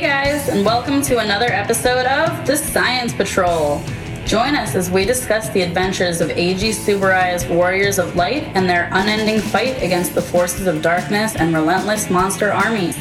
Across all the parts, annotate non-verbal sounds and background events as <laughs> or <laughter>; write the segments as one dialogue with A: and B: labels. A: and welcome to another episode of The Science Patrol. Join us as we discuss the adventures of Eiji Tsuburai as warriors of light and their unending fight against the forces of darkness and relentless monster armies.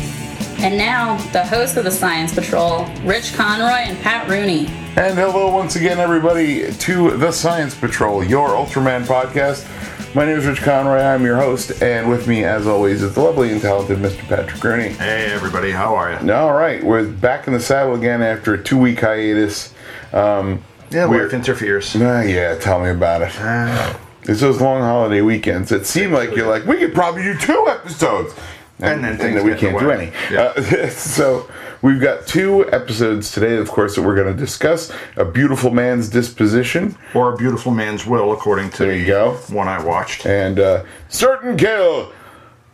A: And now, the hosts of The Science Patrol, Rich Conroy and Pat Rooney.
B: And hello once again, everybody, to the Science Patrol, your Ultraman podcast. My name is Rich Conroy. I'm your host, and with me, as always, is the lovely and talented Mr. Patrick Rooney.
C: Hey everybody, how are you?
B: All right, we're back in the saddle again after a two-week hiatus. Um,
C: Yeah,
B: we're-
C: work interferes.
B: ah, yeah, tell me about it.
C: Uh,
B: It's those long holiday weekends. It seemed like you're like, we could probably do two episodes.
C: And then things
B: we
C: get
B: can't
C: in the
B: do
C: way.
B: any.
C: Yeah.
B: Uh, <laughs> so we've got two episodes today, of course, that we're going to discuss. A Beautiful Man's Disposition.
C: or a beautiful man's will, according to
B: There you go.
C: one I watched.
B: And uh, Certain Kill,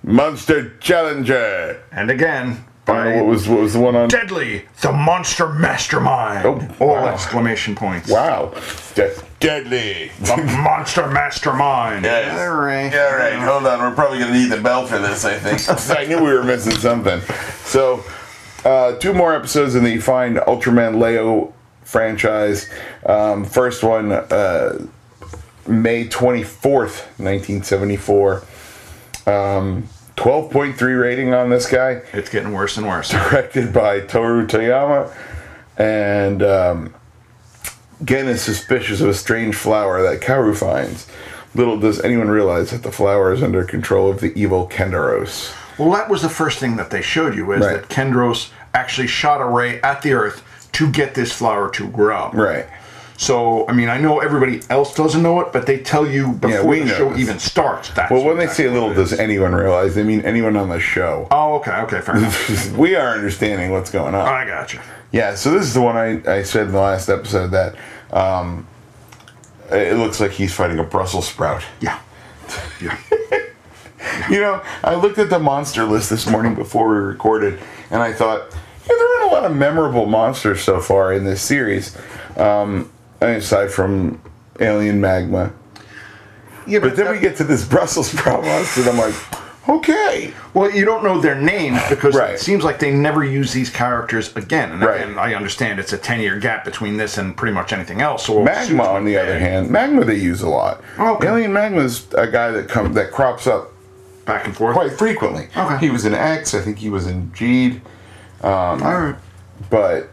B: Monster Challenger.
C: And again,
B: I don't
C: by
B: know, what was what was the one on?
C: Deadly, the monster mastermind!
B: Oh,
C: All
B: wow.
C: exclamation points.
B: Wow, De- deadly.
C: The monster mastermind!
B: Yes.
C: All right.
B: All right, hold on. We're probably going to need the bell for this, I think. <laughs> I knew we were missing something. So, uh, two more episodes in the fine Ultraman Leo franchise. Um, first one, uh, May 24th, 1974. Um, 12.3 rating on this guy,
C: It's getting worse and worse.
B: directed by Toru Toyama. And um, Gen is suspicious of a strange flower that Kaoru finds. Little does anyone realize that the flower is under control of the evil Kendaros.
C: Well, that was the first thing that they showed you is
B: Right.
C: that Kendros actually shot a ray at the earth to get this flower to grow.
B: Right.
C: So, I mean, I know everybody else doesn't know it, but they tell you before
B: we
C: the
B: know
C: show
B: this.
C: even starts. That's
B: Well, when
C: what
B: they
C: that
B: say little
C: is.
B: does anyone realize, they mean anyone on the show.
C: Oh, okay, okay, fair enough. <laughs>
B: we are understanding what's going on.
C: I gotcha.
B: Yeah, so this is the one I, I said in the last episode that um, it looks like he's fighting a Brussels sprout.
C: Yeah. Yeah.
B: You know, I looked at the monster list this morning before we recorded, and I thought, yeah, there aren't a lot of memorable monsters so far in this series, um, aside from Alien Magma.
C: <laughs> yeah
B: But then we get to this <laughs> Brussels sprout monster, and I'm like, okay.
C: Well, you don't know their names because
B: Right.
C: it seems like they never use these characters again. And
B: Right.
C: again, I understand it's a 10 year gap between this and pretty much anything else. So
B: Magma, on the other hand, Magma they use a lot.
C: Okay.
B: Alien Magma's a guy that come that crops up
C: back and forth.
B: quite frequently.
C: Okay.
B: He was in X, I think he was in E Geed.
C: All right.
B: But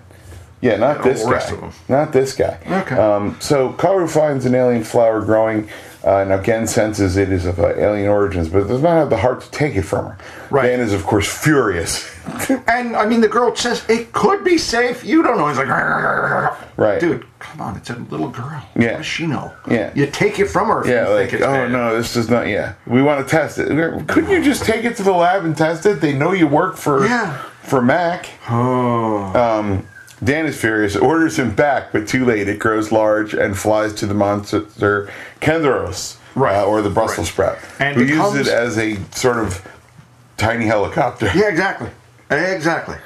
B: yeah, not
C: the
B: this
C: whole
B: guy.
C: rest of 'em.
B: Not this guy.
C: Okay.
B: Um, so Karu finds an alien flower growing, uh, and again senses it is of uh, alien origins, but does not have the heart to take it from her.
C: Right.
B: Dan is of course furious. <laughs>
C: And I mean, the girl says it could be safe. You don't know. He's like, <laughs> "Rah, rah, rah, rah, rah."
B: Right.
C: dude. Come on, it's a little girl.
B: Yeah.
C: What does she know?
B: Yeah.
C: you take it from her. If
B: yeah,
C: you
B: like
C: think it's
B: oh
C: bad."
B: no, this does not. Yeah, we want to test it. Couldn't you just take it to the lab and test it? They know you work for
C: Yeah. Oh.
B: for Mac. Um, Dan is furious, orders him back, but too late. It grows large and flies to the monster Kendaros,
C: Right.
B: uh, or the Brussels
C: Right.
B: sprout,
C: And
B: who
C: becomes-
B: uses it as a sort of tiny helicopter.
C: Yeah, exactly. Exactly.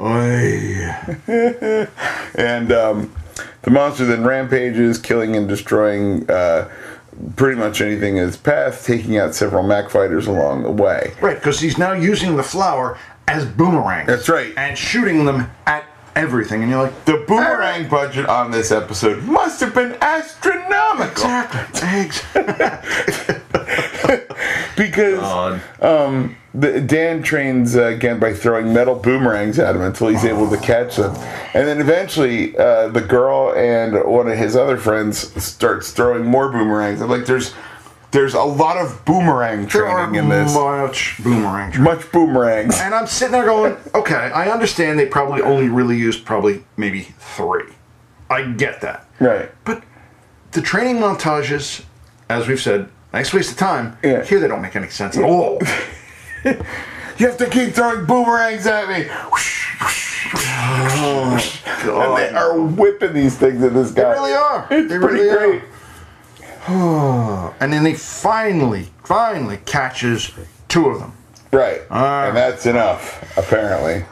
C: Oy.
B: And um, the monster then rampages, killing and destroying uh, pretty much anything in its path, taking out several Mac fighters along the way.
C: Right, because he's now using the flower as boomerangs.
B: That's right.
C: And shooting them at everything, and you're like,
B: The boomerang budget on this episode must have been astronomical.
C: exactly,
B: <laughs>
C: exactly.
B: because um, the, Dan trains uh, again by throwing metal boomerangs at him until he's able to catch them, and then eventually uh, the girl and one of his other friends starts throwing more boomerangs. I'm like, there's there's a lot of boomerang
C: There are
B: training in this,
C: much boomerang. tra-
B: much boomerangs.
C: And I'm sitting there going, okay, I understand they probably only really used probably maybe three. I get that.
B: Right.
C: But the training montages, as we've said, nice waste of time.
B: Yeah.
C: Here they don't make any sense
B: <laughs>
C: at all.
B: You have to keep throwing boomerangs at me. Oh, And
C: <laughs>
B: they are whipping these things at this guy.
C: They really are.
B: It's
C: they
B: pretty
C: really
B: great.
C: Are. And then they finally, finally catches two of them.
B: Right.
C: Ah.
B: and that's enough, apparently.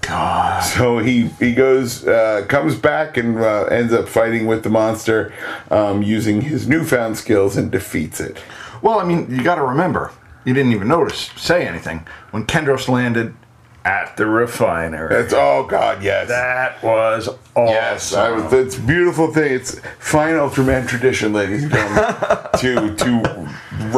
C: God.
B: So he he goes, uh, comes back, and uh, ends up fighting with the monster, um, using his newfound skills and defeats it.
C: Well, I mean, you got to remember, you didn't even notice, say anything when Kendros landed. at the refinery.
B: That's oh god, yes.
C: That was awesome.
B: Yes, I was, it's a beautiful thing. It's fine Ultraman tradition, ladies and
C: <laughs>
B: gentlemen, to to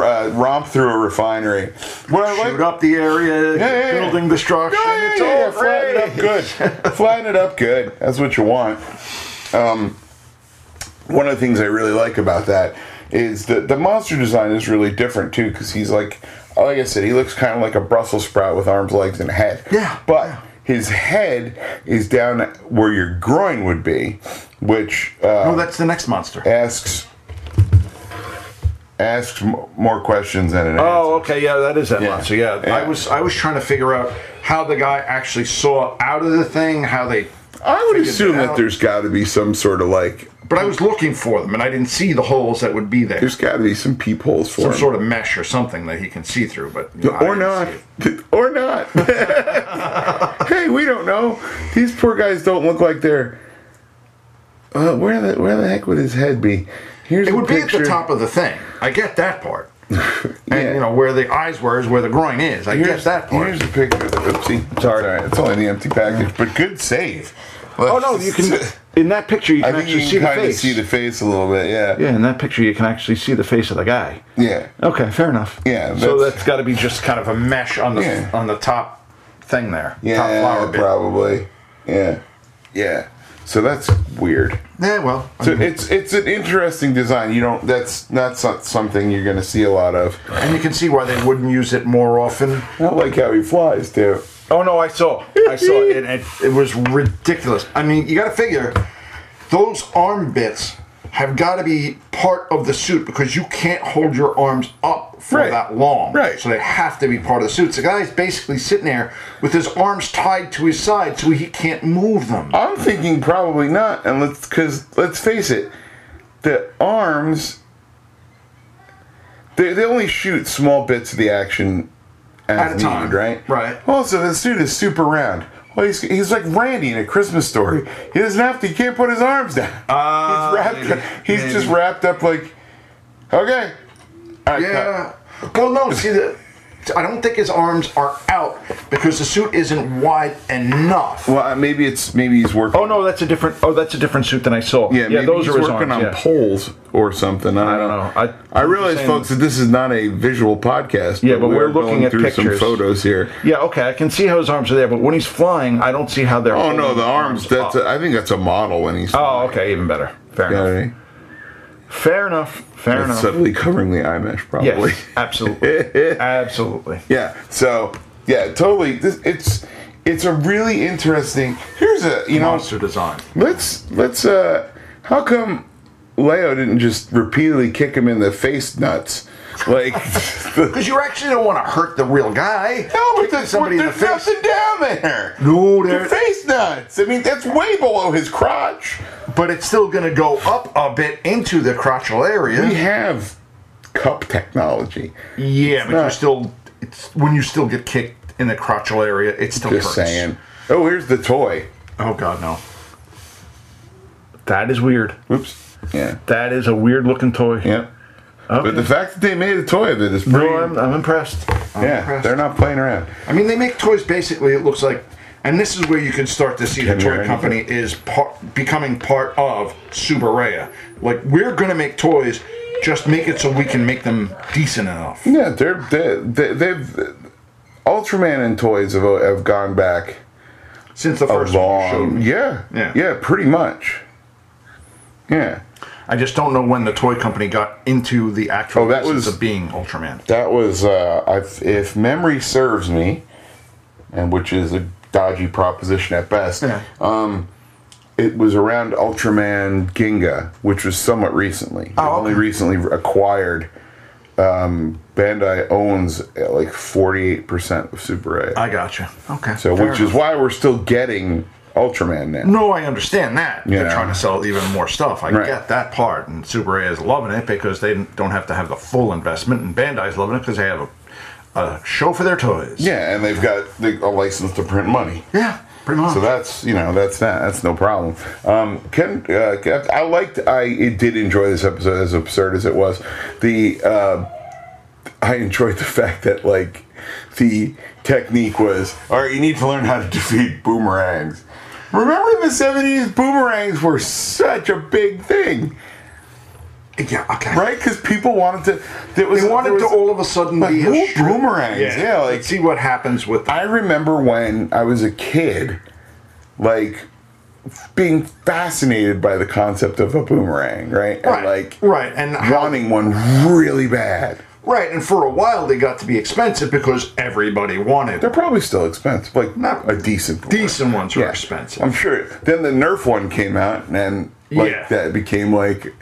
B: uh, romp through a refinery. What I
C: Shoot
B: like,
C: up the area,
B: Yeah, yeah, yeah.
C: building destruction.
B: Yeah, yeah,
C: it's
B: yeah,
C: all
B: flatten it
C: great.
B: up <laughs> good. flatten it up good. That's what you want. Um, one of the things I really like about that is that the monster design is really different too, because he's like, like I said, he looks kind of like a Brussels sprout with arms, legs, and head.
C: Yeah.
B: But his head is down where your groin would be, which uh,
C: Oh, that's the next monster.
B: asks asks m- more questions than it answers.
C: Oh, okay, yeah, that is that
B: Yeah.
C: monster. Yeah.
B: Yeah.
C: I was I was trying to figure out how the guy actually saw out of the thing, how they.
B: I would
C: figured
B: assume
C: it
B: that
C: out.
B: there's got to be some sort of like
C: But I was looking for them, and I didn't see the holes that would be there.
B: There's got to be some peepholes for
C: some
B: him.
C: sort of mesh or something that he can see through, but you know, I
B: or
C: didn't
B: not.
C: see it.
B: <laughs> Or not. hey, we don't know. These poor guys don't look like they're. Uh, where the where the heck would his head be? Here's
C: It
B: a
C: would be at the
B: picture.
C: top of the thing. I get that <laughs> part. And
B: Yeah.
C: you know where the eyes were is where the groin is. I
B: Here's
C: get that part.
B: Here's the picture. Oopsie. Sorry, it's, all right. It's only the empty package, but good save.
C: Oh no, you can <laughs> in that picture you
B: <laughs> I
C: can
B: think
C: actually
B: you
C: see
B: can
C: the
B: kind of
C: face.
B: see the face a little bit. Yeah.
C: yeah, in that picture you can actually see the face of the guy.
B: Yeah.
C: Okay, fair enough.
B: Yeah,
C: so
B: that's-
C: that's got to be just kind of a mesh on the
B: Yeah.
C: on the top thing there. top
B: Yeah.
C: flower bit.
B: probably. Yeah. Yeah. So that's weird.
C: Yeah, well, I
B: So
C: mean,
B: it's it's an interesting design. You don't that's not so- something you're going to see a lot of.
C: and you can see why they wouldn't use it more often.
B: I like how he flies too.
C: Oh no, I saw, I saw it, and it, it was ridiculous. I mean, you got to figure those arm bits have got to be part of the suit because you can't hold your arms up for
B: Right.
C: that long.
B: Right.
C: So they have to be part of the suit. So the guy's basically sitting there with his arms tied to his side, so he can't move them.
B: I'm thinking probably not, and let's because let's face it, the arms they, they only shoot small bits of the action as
C: At a time.
B: needed, right?
C: Right.
B: Also, this dude is super round. Well, he's, he's like Randy in a Christmas story. He doesn't have to. He can't put his arms down. <laughs>
C: Ah,
B: he's wrapped.
C: maybe,
B: he's
C: maybe.
B: just wrapped up like. Okay. All right, cut.
C: Yeah. Well, no. See, the, I don't think his arms are out because the suit isn't wide enough.
B: Well, uh, maybe it's maybe he's working.
D: Oh no, that's a different. Oh, that's a different suit than I saw.
B: Yeah, maybe
D: those
B: he's
D: are his
B: working
D: arms,
B: on
D: yeah.
B: poles or something. I don't,
D: I don't know.
B: I,
D: I-
B: realize,
D: I'm
B: folks, that this is not a visual podcast.
D: Yeah, but we're looking
B: going
D: at
B: through
D: pictures.
B: some photos here.
D: Yeah, okay, I can see how his arms are there, but when he's flying, I don't see how they're.
B: Oh
D: holding
B: no, the
D: his
B: arms. That's
D: up.
B: a, I think that's a model when he's.
D: oh, okay, even better. Fair
B: Got
D: enough.
B: it?
D: Fair enough. Fair
B: It's
D: enough.
B: subtly covering the eye mesh, probably.
D: yes,
C: <laughs>
D: absolutely, absolutely.
B: <laughs> Yeah. So yeah, totally. This, it's it's a really interesting. Here's a you know
C: Monster design.
B: Let's let's uh how come Leo didn't just repeatedly kick him in the face nuts? Like <laughs> No,
C: Because you actually don't want to hurt the real guy.
B: but
C: Kick
B: there's,
C: somebody in the
B: there's
C: face.
B: nothing down there.
C: No,
B: Your
C: there.
B: face nuts. I mean that's way below his crotch.
C: But it's still going to go up a bit into the crotchal
B: We
C: area.
B: have cup technology.
C: Yeah, but
B: not-
C: you're still. It's when you still get kicked in the crotchal area. It still
B: Just
C: hurts.
B: saying. Oh, here's the toy.
C: Oh God, no.
D: That is weird.
B: Oops. Yeah.
D: That is a weird looking toy.
B: Yeah. But the fact that they made a toy of it is pretty.
D: No, I'm, I'm impressed.
B: yeah,
C: impressed.
B: they're not playing around.
C: I mean, they make toys basically. It looks like, and this is where you can start to see
B: Can
C: the
B: you
C: toy
B: read
C: company is part, becoming part of Subaraya. Like, we're gonna make toys, just make it so we can make them decent enough.
B: Yeah, they're they, they, they've Ultraman and toys have have gone back.
C: Since the first one you showed
B: long.
C: me.
B: Yeah.
C: Yeah.
B: Yeah, pretty much. Yeah.
C: I just don't know when the toy company got into the actual
B: Oh, that
C: business
B: was-
C: of being Ultraman.
B: That was uh I've, if memory serves me, and which is a dodgy proposition at best.
C: Yeah.
B: Um it was around Ultraman Ginga, which was somewhat recently. They've
C: Oh, okay.
B: Only recently acquired. Um, Bandai owns uh, like forty-eight percent of Super A,
C: I gotcha. Okay.
B: so which is why we're still getting Ultraman now.
C: No, I understand that.
B: Yeah.
C: They're trying to sell even more stuff. I
B: Right.
C: get that part. And Super A is loving it because they don't have to have the full investment. And Bandai's loving it because they have a, a show for their toys.
B: Yeah, and they've got the, a license to print money.
C: Yeah, pretty much.
B: So that's you know that's that that's no problem. Um, Ken, uh, Ken- I liked I it did enjoy this episode as absurd as it was. The uh, I enjoyed the fact that like the technique was, all right, you need to learn how to defeat boomerangs. Remember in the 70s, boomerangs were such a big thing,
C: Yeah, okay.
B: right? Because people wanted to. There was,
C: They wanted
B: there was-
C: to all of a sudden
B: like,
C: be
B: who
C: a strip.
B: boomerangs? Yeah, like-
C: Let's see what happens with that.
B: I remember when I was a kid, like being fascinated by the concept of a boomerang, right?
C: Right,
B: And like
C: right, and how-
B: wanting one really bad.
C: Right, and for a while they got to be expensive because everybody wanted
B: They're probably still expensive, like
C: Not-
B: a decent boomerang.
C: decent ones
B: Yeah.
C: were expensive.
B: I'm sure. Then the Nerf one came out, and like
C: Yeah.
B: that became like,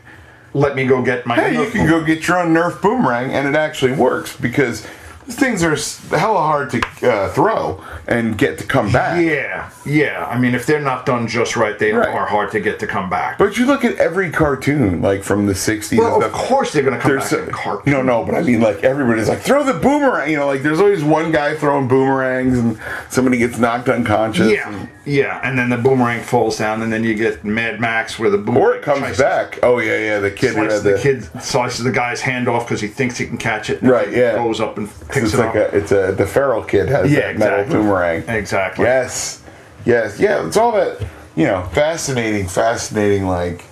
C: Let me go get my.
B: hey, you can go get your own Nerf boomerang, and it actually works because these things are s- hella hard to uh, throw and get to come back.
C: Yeah, yeah. I mean, if they're not done just right, they
B: Right.
C: are hard to get to come back.
B: But you look at every cartoon, like from the '60s.
C: well,
B: and
C: of
B: stuff,
C: course they're gonna come
B: There's
C: back. in
B: a-
C: the cartoon.
B: no, no, but I mean, like everybody's like, throw the boomerang. You know, like there's always one guy throwing boomerangs, and somebody gets knocked unconscious.
C: Yeah,
B: and-
C: yeah, and then the boomerang falls down, and then you get Mad Max where the boomerang
B: or it comes
C: tries to
B: back. Oh yeah, yeah. The kid who
C: Slices
B: had
C: the,
B: the,
C: kid slices the guy's hand off because he thinks he can catch it. And
B: Right,
C: he
B: yeah.
C: Goes up and picks
B: It's
C: it
B: like
C: up.
B: a, it's a the feral kid has
C: Yeah,
B: that metal
C: exactly.
B: boomerang.
C: Exactly.
B: Yes. Yes. Yeah. It's all that you know. Fascinating. Fascinating. Like.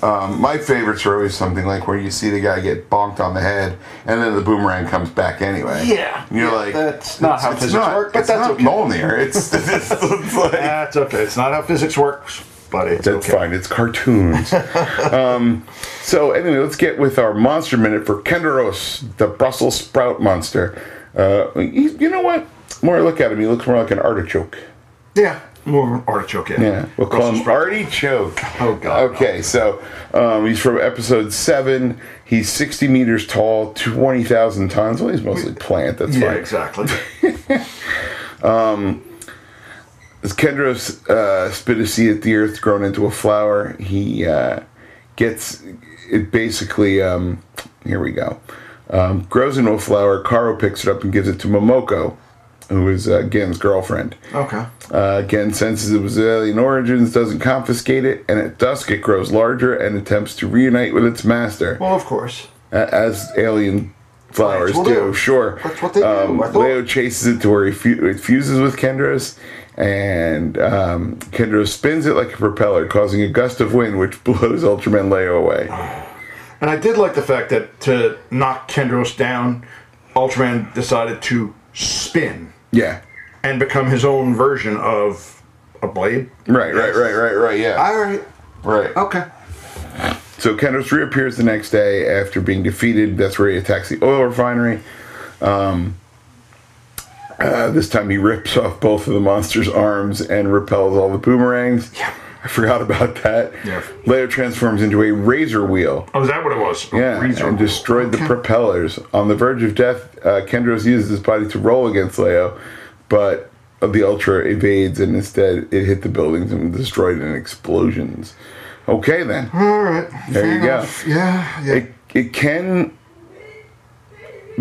B: Um, my favorites are always something like where you see the guy get bonked on the head, and then the boomerang comes back anyway.
C: Yeah.
B: and you're
C: Yeah,
B: like,
C: that's not how physics work, but
B: it's
C: that's
B: not
C: okay.
B: Mjolnir. It's, <laughs> it's, it's like
C: That's okay. It's not how physics works, but it's
B: that's
C: okay.
B: fine. It's
C: <laughs>
B: cartoons. um, so anyway, let's get with our monster minute for Kenderos, the Brussels sprout monster. Uh, you, you know what? The More I look at him, he looks more like an artichoke.
C: Yeah, more of an artichoke. Yeah,
B: Yeah, we'll call
C: Brussels
B: him
C: sprouts.
B: artichoke.
C: Oh, God,
B: Okay, so um, he's from episode seven. He's sixty meters tall, twenty thousand tons. Well, he's mostly plant. That's
C: Yeah,
B: fine. <laughs>
C: exactly.
B: As Kendros uh, spit a seed at the earth, grown into a flower, he uh, gets it basically. Um, here we go. Um, grows into a flower. Karo picks it up and gives it to Momoko, who is uh, Gen's girlfriend.
C: okay.
B: Uh, Gen senses it was alien origins, doesn't confiscate it, and at dusk it grows larger and attempts to reunite with its master,
C: Well, of course.
B: a- as alien flowers
C: Plants will
B: do.
C: do.
B: Sure. Um,
C: That's what they do, I thought.
B: Leo chases it to where he fu- it fuses with Kendros, and um, Kendros spins it like a propeller, causing a gust of wind which <laughs> blows Ultraman Leo away.
C: And I did like the fact that to knock Kendros down, Ultraman decided to spin
B: Yeah.
C: and become his own version of a blade.
B: Right, right, right, right, right, yeah.
C: All right.
B: right.
C: Okay.
B: So Kendros reappears the next day after being defeated. That's where he attacks the oil refinery. Um, uh, this time he rips off both of the monster's arms and repels all the boomerangs.
C: Yeah.
B: I forgot about that.
C: Yeah.
B: Leo transforms into a razor wheel.
C: Oh, is that what it was?
B: Yeah,
C: Razor.
B: and destroyed the propellers. On the verge of death, uh, Kendros uses his body to roll against Leo, but the Ultra evades and instead it hit the buildings and destroyed in explosions. Okay, then.
C: All right.
B: There you go.
C: Yeah. Yeah.
B: It, it can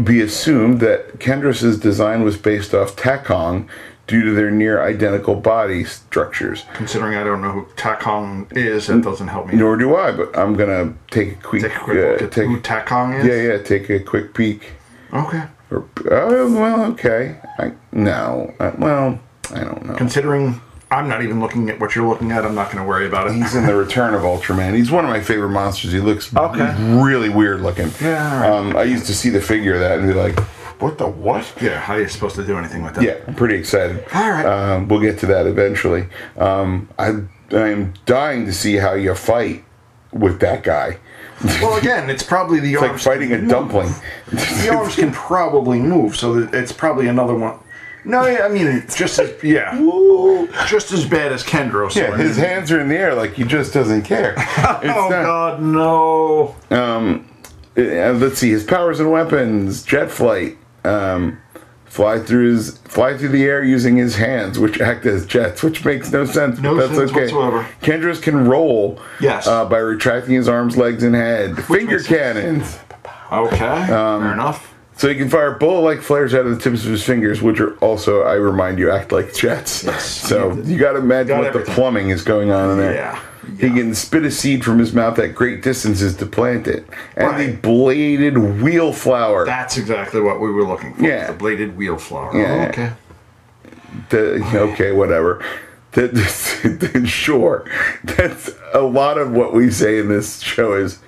B: be assumed that Kendris's design was based off Takong due to their near identical body structures.
C: Considering I don't know who Takong is, that doesn't help me.
B: Nor do I, but I'm gonna take a quick,
C: take a quick look
B: uh,
C: at
B: take-
C: who Takong is.
B: yeah, yeah, take a quick peek.
C: Okay.
B: Or, oh well, okay. I, no, I, well, I don't know.
C: Considering I'm not even looking at what you're looking at, I'm not going to worry about it.
B: He's in the Return of Ultraman. He's one of my favorite monsters. He looks
D: Okay.
B: really weird looking.
C: Yeah, all right.
B: Um, I used to see the figure of that and be like, "What the what?"
C: Yeah. How are you supposed to do anything with that?
B: Yeah, I'm pretty excited.
C: All right.
B: Um, we'll get to that eventually. Um, I I'm dying to see how you fight with that guy. It's
C: Well, again, it's probably the
B: like
C: arms
B: fighting a dumpling.
C: the
B: <laughs>
C: arms can probably move, so that it's probably another one. No, yeah, I mean, it's just as yeah, <laughs> just as bad as Kendros.
B: yeah, his hands are in the air like he just doesn't
C: <laughs>
B: care. It's not-
C: Oh God, no!
B: Uh, let's see his powers and weapons: jet flight, um, fly through his fly through the air using his hands, which act as jets, which makes no sense.
C: No sense whatsoever.
B: Kendras can roll,
C: Yes.
B: uh, by retracting his arms, legs, and head. Finger
C: makes sense.
B: cannons.
C: Okay,
B: Um,
C: fair enough.
B: So he can fire bullet-like flares out of the tips of his fingers, which are also, I remind you, act like jets. <laughs> So you got to imagine
C: Got
B: what
C: everything.
B: the plumbing is going on in there.
C: Yeah,
B: He can spit a seed from his mouth at great distances to plant it. And the
C: Right.
B: bladed wheel flower.
C: That's exactly what we were looking for.
B: Yeah.
C: The bladed wheel flower.
B: Yeah.
C: Oh, okay.
B: the, okay, whatever. <laughs> The, the- sure. That's a lot of what we say in this show is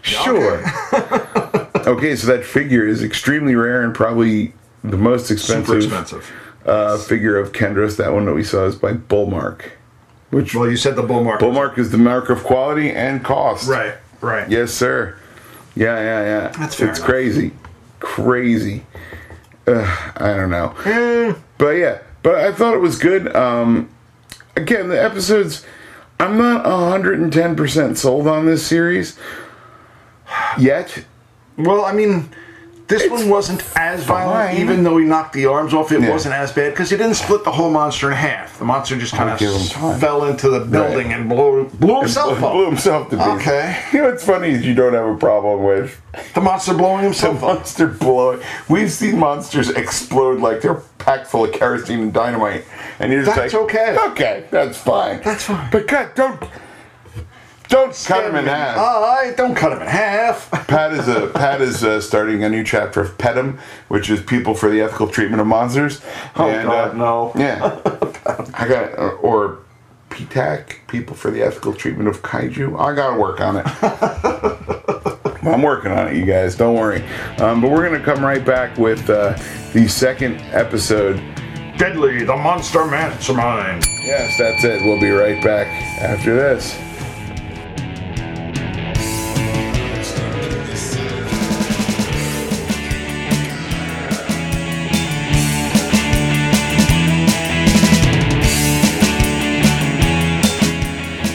B: sure.
C: <laughs>
B: okay, so that figure is extremely rare and probably the most
C: Super
B: expensive,
C: expensive.
B: Uh, figure of Kendros. That one that we saw is by Bullmark. Which
C: Well, you said the bull market.
B: Bullmark is the mark of quality and cost.
C: Right. Right.
B: Yes, sir. Yeah, yeah, yeah.
C: That's fair
B: It's
C: enough.
B: crazy, crazy. Ugh, I don't know.
C: Hmm.
B: But yeah, but I thought it was good. Um, again, the episodes. I'm not 110 percent sold on this series yet.
C: Well, I mean, this one wasn't as violent,
B: fine.
C: even though he knocked the arms off. It
B: Yeah.
C: wasn't as bad because he didn't split the whole monster in half. The monster just kind
B: Oh, give him time.
C: of fell into the building
B: Right.
C: and blew blew himself
B: Blew
C: up.
B: himself to bits.
C: Okay.
B: You know what's funny is you don't have a problem with
C: The monster blowing
B: the
C: himself up.
B: monster blowing. We've seen monsters explode like they're packed full of kerosene and dynamite, and you're just
C: That's
B: like,
C: okay.
B: okay, that's fine,
C: That's fine.
B: But God, don't don't cut him in half.
C: All right, don't cut him in half.
B: Pat is a, Pat is uh, starting a new chapter of Petum, which is people for the ethical treatment of monsters. uh,
C: Oh, God, no.
B: Yeah, <laughs> I got uh, or PTAC, people for the ethical treatment of kaiju. I gotta work on it. I'm working on it, you guys. Don't worry. Um, but we're gonna come right back with uh, the second episode.
C: Deadly, the monster mastermind.
B: Yes, that's it. We'll be right back after this.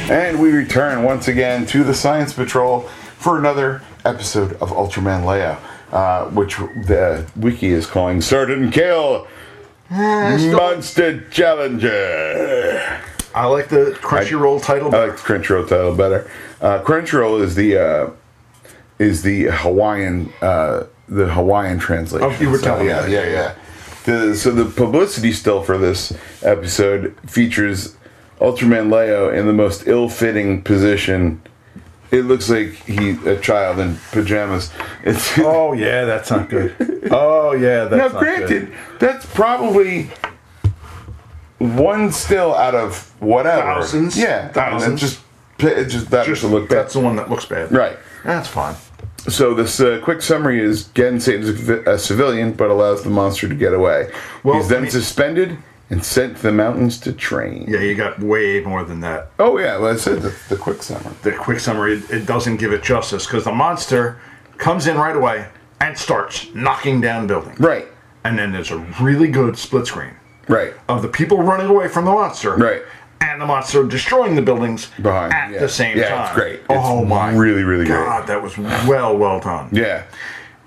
B: And we return once again to the Science Patrol for another episode of Ultraman Leia, uh, which the wiki is calling Certain Kill Monster Challenger.
C: I like the Crunchyroll title.
B: I like the Crunchyroll title better. Uh, Crunchyroll is the uh, is the Hawaiian uh, the Hawaiian translation.
C: Oh, you were
B: So,
C: telling me
B: yeah,
C: that.
B: yeah, yeah. The, so the publicity still for this episode features Ultraman Leo in the most ill-fitting position. It looks like he a child in pajamas. It's <laughs>
D: Oh yeah, that's not good. Oh yeah,
B: now,
D: that's not
B: granted,
D: good.
B: that's probably one still out of whatever
C: Thousands.
B: Yeah,
C: Thousands.
B: And just it just that
C: Just
B: just look bad.
C: That's the one that looks bad.
B: Right.
C: That's fine.
B: So this uh, quick summary is Gen saves a civ- a civilian, but allows the monster to get away.
C: Well,
B: He's then
C: I mean-
B: suspended and sent to the mountains to train.
C: Yeah, you got way more than that.
B: Oh yeah, well, I said the, the quick summary.
C: the quick summary, it, it doesn't give it justice because the monster comes in right away and starts knocking down buildings.
B: Right.
C: And then there's a really good split screen
B: Right.
C: of the people running away from the monster.
B: Right.
C: And the monster destroying the buildings
B: Behind,
C: at
B: yeah.
C: the same
B: Yeah,
C: time.
B: it's great. It's
C: oh my.
B: really, really great.
C: God, that was well, well done.
B: Yeah.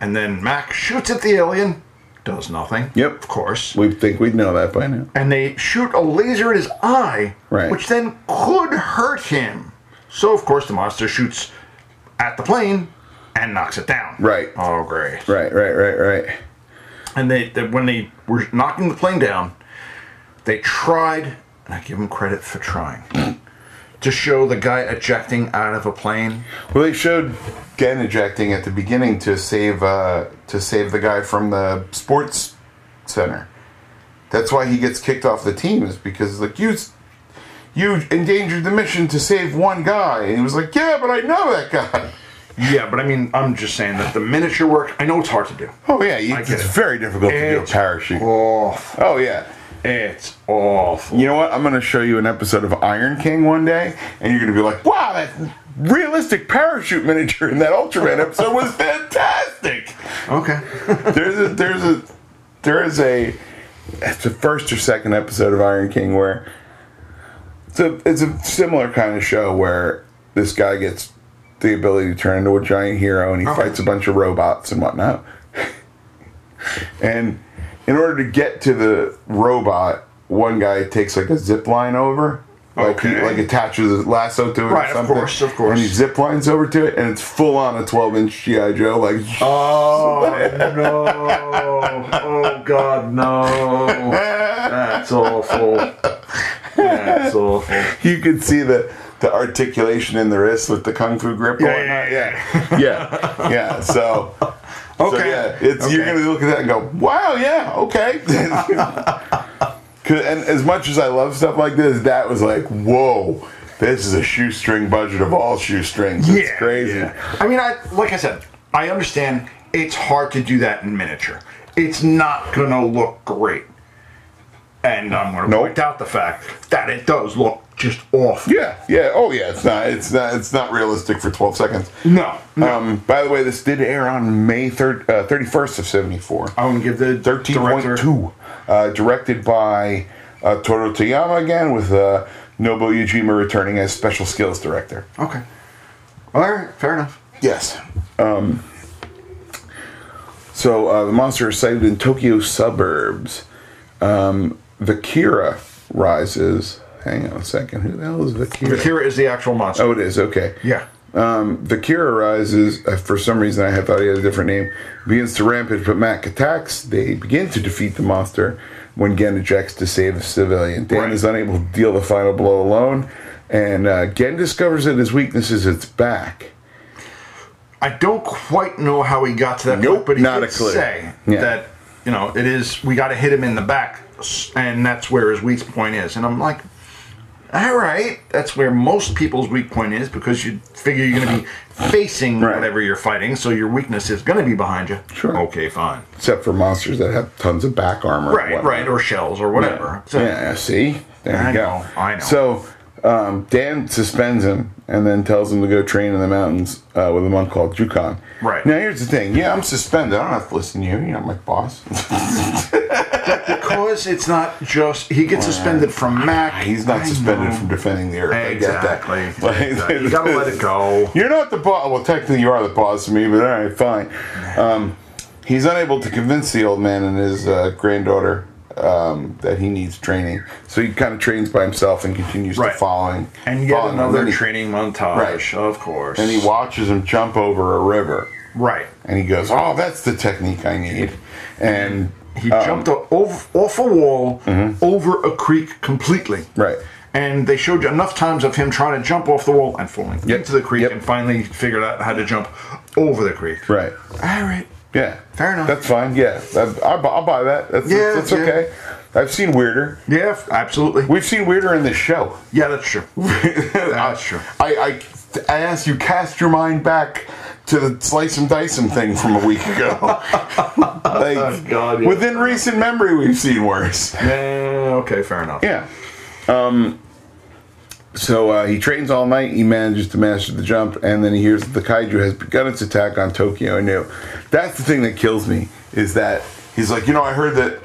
C: And then Mac shoots at the alien, does nothing.
B: Yep.
C: Of course.
B: We think we'd know that by now.
C: and they shoot a laser in his eye,
B: Right.
C: which then could hurt him. So of course the monster shoots at the plane and knocks it down.
B: Right.
C: Oh great.
B: Right. Right. Right. Right.
C: And they, they when they were knocking the plane down, they tried, and I give them credit for trying, to show the guy ejecting out of a plane.
B: Well, they showed Gen ejecting at the beginning to save uh, to save the guy from the sports center. That's why he gets kicked off the team is because like you you endangered the mission to save one guy, and he was like, "Yeah, but I know that guy." <laughs>
C: Yeah, but I mean, I'm just saying that the miniature work. I know it's hard to do.
B: Oh yeah, you,
C: I
B: it's
C: get it.
B: very difficult to do a
C: It's
B: parachute.
C: awful.
B: Oh yeah.
C: It's awful.
B: You know what? I'm going to show you an episode of Iron King one day, and you're going to be like, "Wow, that realistic parachute miniature in that Ultraman episode was fantastic."
C: Okay. <laughs>
B: there's a there's a there is a it's the first or second episode of Iron King where it's a it's a similar kind of show where this guy gets the ability to turn into a giant hero and he fights a bunch of robots and whatnot. <laughs> and in order to get to the robot, one guy takes like a zip line over. Like he
C: Okay.
B: like attaches a lasso to it
C: Right,
B: or
C: of
B: something.
C: course, of course.
B: And he zip lines over to it and it's full on a twelve inch G.I. Joe, like
C: Oh no! Oh God, no! That's awful.
E: That's awful.
B: <laughs> You could see the the articulation in the wrist with the kung fu grip.
C: Yeah,
B: on it.
C: yeah, yeah.
B: yeah, <laughs> yeah. So, so,
C: Okay.
B: yeah, it's you're
C: Okay.
B: gonna look at that and go, "Wow, yeah, okay." <laughs> 'Cause- and as much as I love stuff like this, that was like, "Whoa, this is a shoestring budget of all shoestrings." It's crazy.
C: yeah. I mean, I like I said, I understand it's hard to do that in miniature. It's not gonna look great, and I'm gonna
B: Nope.
C: point out the fact that it does look just awful.
B: yeah, yeah. Oh, yeah. It's not. It's not. It's not realistic for 12 seconds.
C: No, no.
B: Um, by the way, this did air on May 3rd, uh, 31st of 74.
C: I'm gonna give the director
B: 13.2. Uh, directed by uh, Toru Toyama again, with uh, Nobuo Ujima returning as special skills director.
C: Okay. All right. Fair enough.
B: Yes. Um, so uh, the monster is sighted in Tokyo suburbs. Um, the Kira rises. Hang on a second. Who the hell is the Kira?
C: Akira is the actual monster.
B: Oh, it is. Okay.
C: Yeah.
B: Um, the Kira rises. Uh, for some reason, I had thought he had a different name. Begins to rampage, but Mac attacks. They begin to defeat the monster when Gen ejects to save a civilian. Dan
C: Right.
B: is unable to deal the final blow alone, and uh, Gen discovers that his weakness is its back.
C: I don't quite know how he got to that
B: Nope,
C: point, but he
B: not
C: did
B: a clue.
C: say
B: Yeah.
C: that you know it is. We got to hit him in the back, s- and that's where his weak point is. And I'm like, all right, that's where most people's weak point is because you figure you're going to be facing
B: Uh-huh. Right.
C: whatever you're fighting, so your weakness is going to be behind you.
B: Sure.
C: Okay, fine.
B: Except for monsters that have tons of back armor. and
C: Right,
B: whatnot.
C: right, or shells or whatever.
B: Yeah, yeah, see? There
C: I
B: you go.
C: know, I know.
B: So um, Dan suspends him and then tells him to go train in the mountains uh, with a monk called Jukan.
C: Right.
B: Now, here's the thing. Yeah, I'm suspended. I don't have to listen to you. You're not my boss. <laughs>
C: Because it's not just he gets suspended from Mac.
B: He's not
C: I
B: suspended
C: know.
B: from defending the earth.
C: Exactly.
B: I get that.
C: exactly. You gotta let it go.
B: You're not the boss. Well, technically, you are the boss of me, but all right, fine. Um, he's unable to convince the old man and his uh, granddaughter um, that he needs training, so he kind of trains by himself and continues
C: Right.
B: to following
E: And yet
B: following him.
E: another
B: Then he-
E: training montage,
B: Right.
E: of course.
B: And he watches him jump over a river,
C: Right.
B: and he goes, "Oh, that's the technique I need." And um,
C: He jumped o- off, off a wall over a creek completely.
B: Mm-hmm. Right.
C: And they showed you enough times of him trying to jump off the wall and falling
B: Yep.
C: into the creek
B: Yep.
C: and finally figured out how to jump over the creek.
B: right,
C: All right.
B: yeah,
C: Fair enough.
B: That's fine. Yeah, I, I, bu- I'll buy that. That's,
C: Yeah,
B: that's
C: yeah.
B: okay. I've seen weirder.
C: Yeah, f- absolutely.
B: We've seen weirder in this show.
C: yeah,
B: <laughs>
C: that's true. that's true.
B: I, I, I asked you cast your mind back to the slice and dice and thing from a week
C: <laughs>
B: ago. like,
C: Oh,
E: God, yeah.
B: Within recent memory, we've seen worse.
C: Yeah, okay, fair enough.
B: Yeah. Um, so uh, he trains all night. He manages to master the jump, and then he hears that the kaiju has begun its attack on Tokyo New. That's the thing that kills me is that he's like, you know, I heard that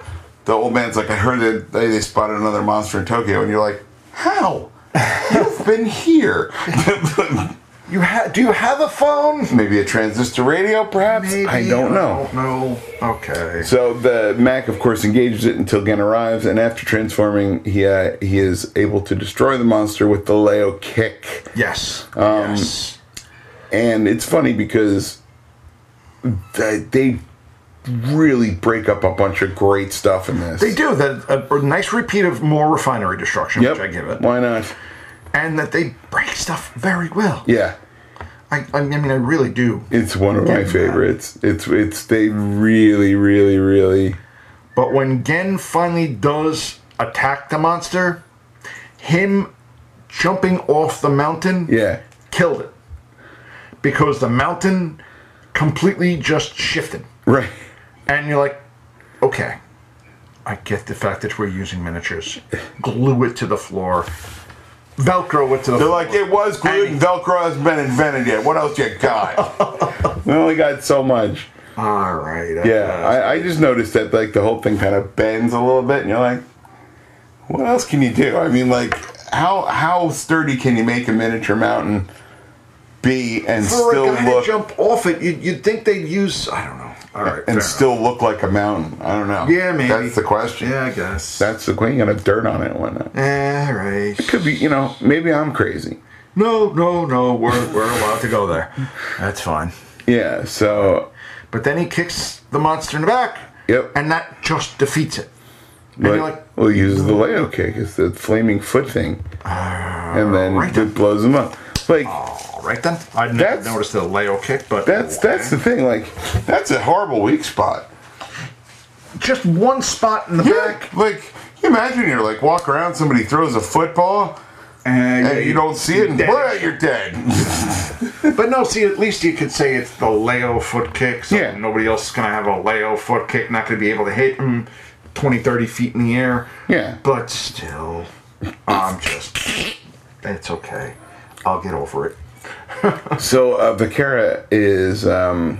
B: the old man's like, I heard that they, they spotted another monster in Tokyo, and you're like, how? You've been here. <laughs>
C: You ha- Do you have a phone?
B: Maybe a transistor radio, perhaps. I don't know.
C: No. Okay.
B: So the Mac, of course, engages it until Gen arrives, and after transforming, he uh, he is able to destroy the monster with the Leo kick.
C: Yes.
B: Um,
C: yes.
B: And it's funny because th- they really break up a bunch of great stuff in this.
C: They do that. A, a nice repeat of more refinery destruction,
B: Yep.
C: which I give it,
B: Why not?
C: and that they break stuff very well.
B: Yeah.
C: I, I mean, I really do.
B: It's one of my
C: Yeah.
B: favorites. It's it's they really really really
C: But when Gen finally does attack the monster, him jumping off the mountain
B: yeah.
C: killed it. Because the mountain completely just shifted.
B: Right.
C: And you're like, okay, I get the fact that we're using miniatures.
B: <laughs>
C: Glue it to the floor, Velcro it to the
B: They're
C: floor.
B: like it was good.
C: And-
B: Velcro hasn't been invented yet. What else you got? <laughs> we only got so much.
C: All right.
B: Yeah,
C: I guess."
B: I, I just noticed that like the whole thing kind of bends a little bit, and you're like, what else can you do? I mean, like how how sturdy can you make a miniature mountain be and
C: For
B: still
C: a guy
B: look
C: to jump off it, you'd, you'd think they'd use, I don't know. All right. fair
B: and
C: enough.
B: still look like a mountain? I don't know.
C: Yeah, maybe.
B: that's the question.
C: Yeah, I guess.
B: That's the question. You got dirt on it, why not?
C: All right.
B: Could be, you know, maybe I'm crazy.
C: No, no, no. We're we're allowed to go there. That's fine.
B: Yeah. So
C: But then he kicks the monster in the back.
B: Yep.
C: And that just defeats it. you're
B: But
C: like-
B: we'll use the Leo kick. It's the flaming foot thing, and then
C: "Ah, right.
B: it blows him up. Like
C: All right then. I never
B: That's-
C: noticed the Leo kick, but
B: that's that's the thing. Like that's a horrible weak spot.
C: just one spot in the
B: Yeah,
C: back.
B: like you imagine you're like walk around, somebody throws a football,
C: And,
B: and you don't see it, and blah, you're dead. <laughs>
C: But no, see, at least you could say it's the Leo foot kick. So
B: Yeah.
C: Nobody else is going to have a Leo foot kick. Not going to be able to hit him 20, 30 feet in the air.
B: Yeah.
C: But still, I'm just. It's okay. I'll get over it.
B: So uh, Vaquera is um,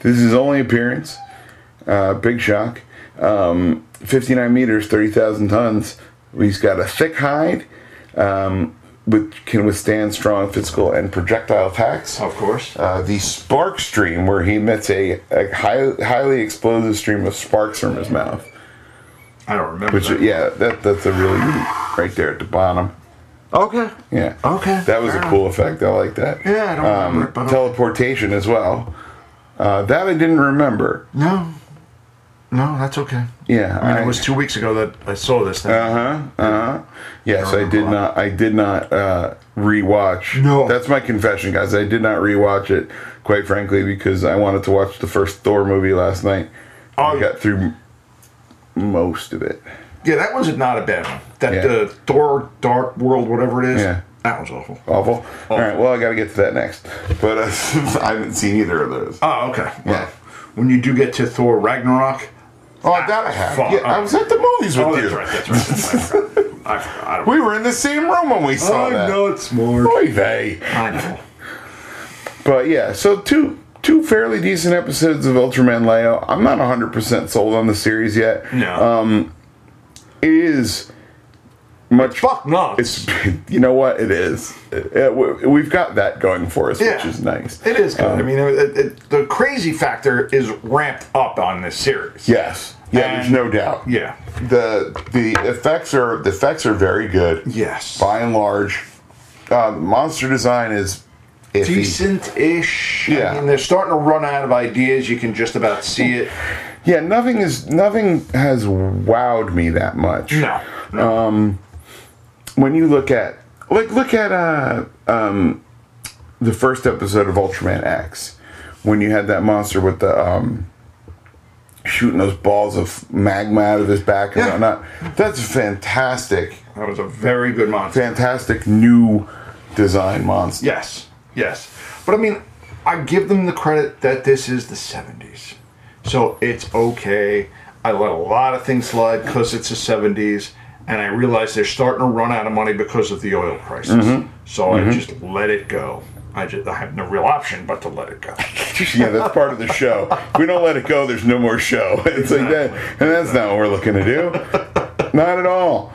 B: this is his only appearance. Uh, big shock. Um, 59 meters, 30,000 tons. He's got a thick hide, um, which can withstand strong physical and projectile attacks.
C: Of course.
B: Uh, the spark stream, where he emits a, a high, highly explosive stream of sparks from his mouth.
C: I don't remember.
B: Which,
C: that.
B: yeah, that that's a really right there at the bottom.
C: Okay.
B: Yeah.
C: Okay,
B: That was a
C: fair
B: cool effect. I like that. Um,
C: Yeah, I don't remember it, but okay.
B: teleportation as well. Uh, that I didn't remember.
C: No. No, that's okay.
B: Yeah,
C: I mean,
B: I-
C: it was two weeks ago that I saw this thing.
B: Uh huh. Uh huh. Yes, I did not. I did not uh, rewatch.
C: No.
B: that's my confession, guys. I did not rewatch it, quite frankly, because I wanted to watch the first Thor movie last night. I
C: Oh.
B: got through m- most of it.
C: yeah, that was not a bad one. That
B: Yeah.
C: uh, Thor, Dark World, whatever it is.
B: Yeah.
C: That was awful.
B: Awful. All right. Well, I got to get to that next. But uh, <laughs> I haven't seen either of those.
C: Oh, okay. Well,
B: Yeah.
C: When you do get to
B: <laughs>
C: Thor Ragnarok,
B: Oh, that I have.
C: Fuck.
B: Yeah, I was at the movies with
C: Oh,
B: you.
C: that's right. That's right. I forgot. I forgot. I don't
B: We were in the same room when we saw that.
C: smart.
B: Oy vey.
C: I know.
B: But yeah, so two two fairly decent episodes of Ultraman Leo. I'm not 100% sold on the series yet. Uh,
C: No.
B: Um, It is much
C: Fuck no.
B: It's <laughs> you know what it is. Uh, we- we've got that going for us, which
C: Yeah.
B: is nice.
C: it is good.
B: Um,
C: I mean, it, it, the crazy factor is ramped up on this series.
B: Yes. Yeah, there's
C: And-
B: no doubt.
C: Yeah.
B: The the effects are the effects are very good.
C: Yes.
B: By and large, uh, monster design is iffy.
C: Decent-ish.
B: Yeah.
C: I mean, they're starting to run out of ideas. You can just about see it.
B: Yeah, nothing is nothing has wowed me that much.
C: No.
B: Uh,
C: no.
B: When you look at like look at uh um the first episode of Ultraman X when you had that monster with the um shooting those balls of magma out of his back and
C: Yeah.
B: whatnot. That's a fantastic,
C: that was a very good monster.
B: fantastic new design monster.
C: Yes, yes. But I mean, I give them the credit that this is the 70s. So it's okay. I let a lot of things slide because it's the 70s. And I realize they're starting to run out of money because of the oil crisis.
B: Mm-hmm.
C: So I just let it go. I, just, I have no real option but to let it go.
B: yeah, that's part of the show. If we don't let it go, there's no more show. <laughs> It's like that, and that's not what we're looking to do. Not at all.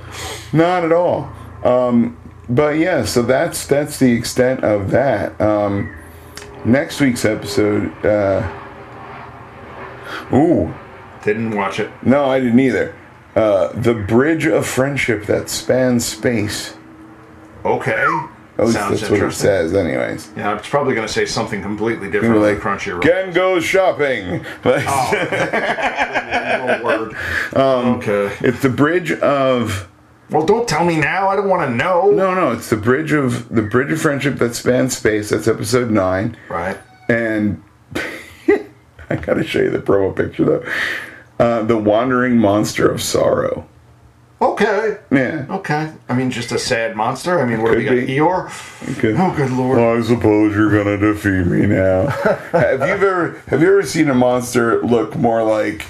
B: Not at all. Um, but yeah, so that's that's the extent of that. Um, next week's episode. Uh, ooh,
C: Didn't watch it.
B: no, I didn't either. Uh, the bridge of friendship that spans space.
C: Okay.
B: At least Oh, that's what it says, anyways.
C: Yeah, it's probably going to say something completely
B: We
C: different
B: were
C: than
B: like,
C: Crunchyroll.
B: Ken goes shopping. Like,
C: No word.
B: Um,
C: okay.
B: <laughs> It's the bridge of
C: Well, don't tell me now. I don't want to know.
B: No, no, it's the bridge of the bridge of friendship that spans space. That's episode nine,
C: Right.
B: and <laughs> I gotta show you the promo picture though. Uh, the wandering monster of sorrow.
C: Okay.
B: Yeah,
C: Okay. I mean, just a sad monster. I mean, what do we got?
B: Could be.
C: Eeyore?
B: okay.
C: Oh, good lord.
B: I suppose you're gonna defeat me
C: <laughs>
B: now. have you ever have you ever seen a monster look more like?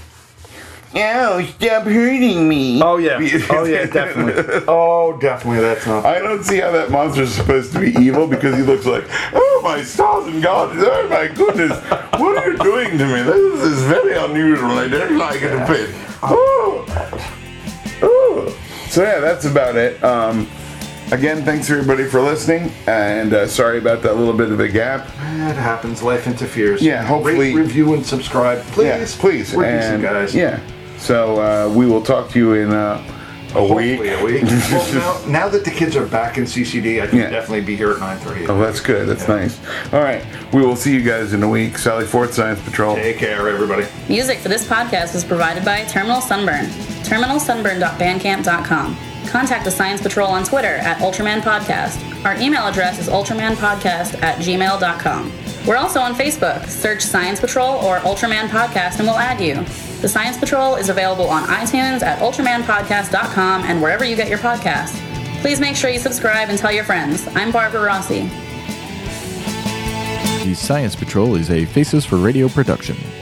B: Oh, stop hurting me!
D: Oh yeah. Oh yeah. Definitely.
B: <laughs>
C: Oh, definitely that's not.
B: I don't see how that monster's supposed to be evil because he looks like, oh my stars and God, oh my goodness, what are you doing to me? This is very unusual. I don't like it a bit. Oh, oh. So yeah, that's about it. Um, again, thanks everybody for listening, and uh, sorry about that little bit of a gap.
C: That happens. Life interferes.
B: Yeah, hopefully-
C: Rate, review, and subscribe, please.
B: Yes, please,
C: We're
B: and
C: decent guys.
B: yeah. So uh, we will talk to you in uh, A
E: Hopefully
B: week.
E: a
B: <laughs>
E: week.
C: well, now, now that the kids are back in CCD, I can
B: Yeah.
C: definitely be here at 9:30.
B: Oh, that's good. That's nice. All right. We will see you guys in a week. Sally Fort Science Patrol.
C: Take care, everybody.
A: Music for this podcast was provided by Terminal Sunburn. TerminalSunburn.bandcamp.com. Contact the Science Patrol on Twitter at Ultraman Podcast. Our email address is ultramanpodcast at gmail.com. We're also on Facebook. Search Science Patrol or Ultraman Podcast and we'll add you. The Science Patrol is available on iTunes at ultramanpodcast.com and wherever you get your podcasts. Please make sure you subscribe and tell your friends. I'm Barbara Rossi.
F: The Science Patrol is a Faces for Radio production.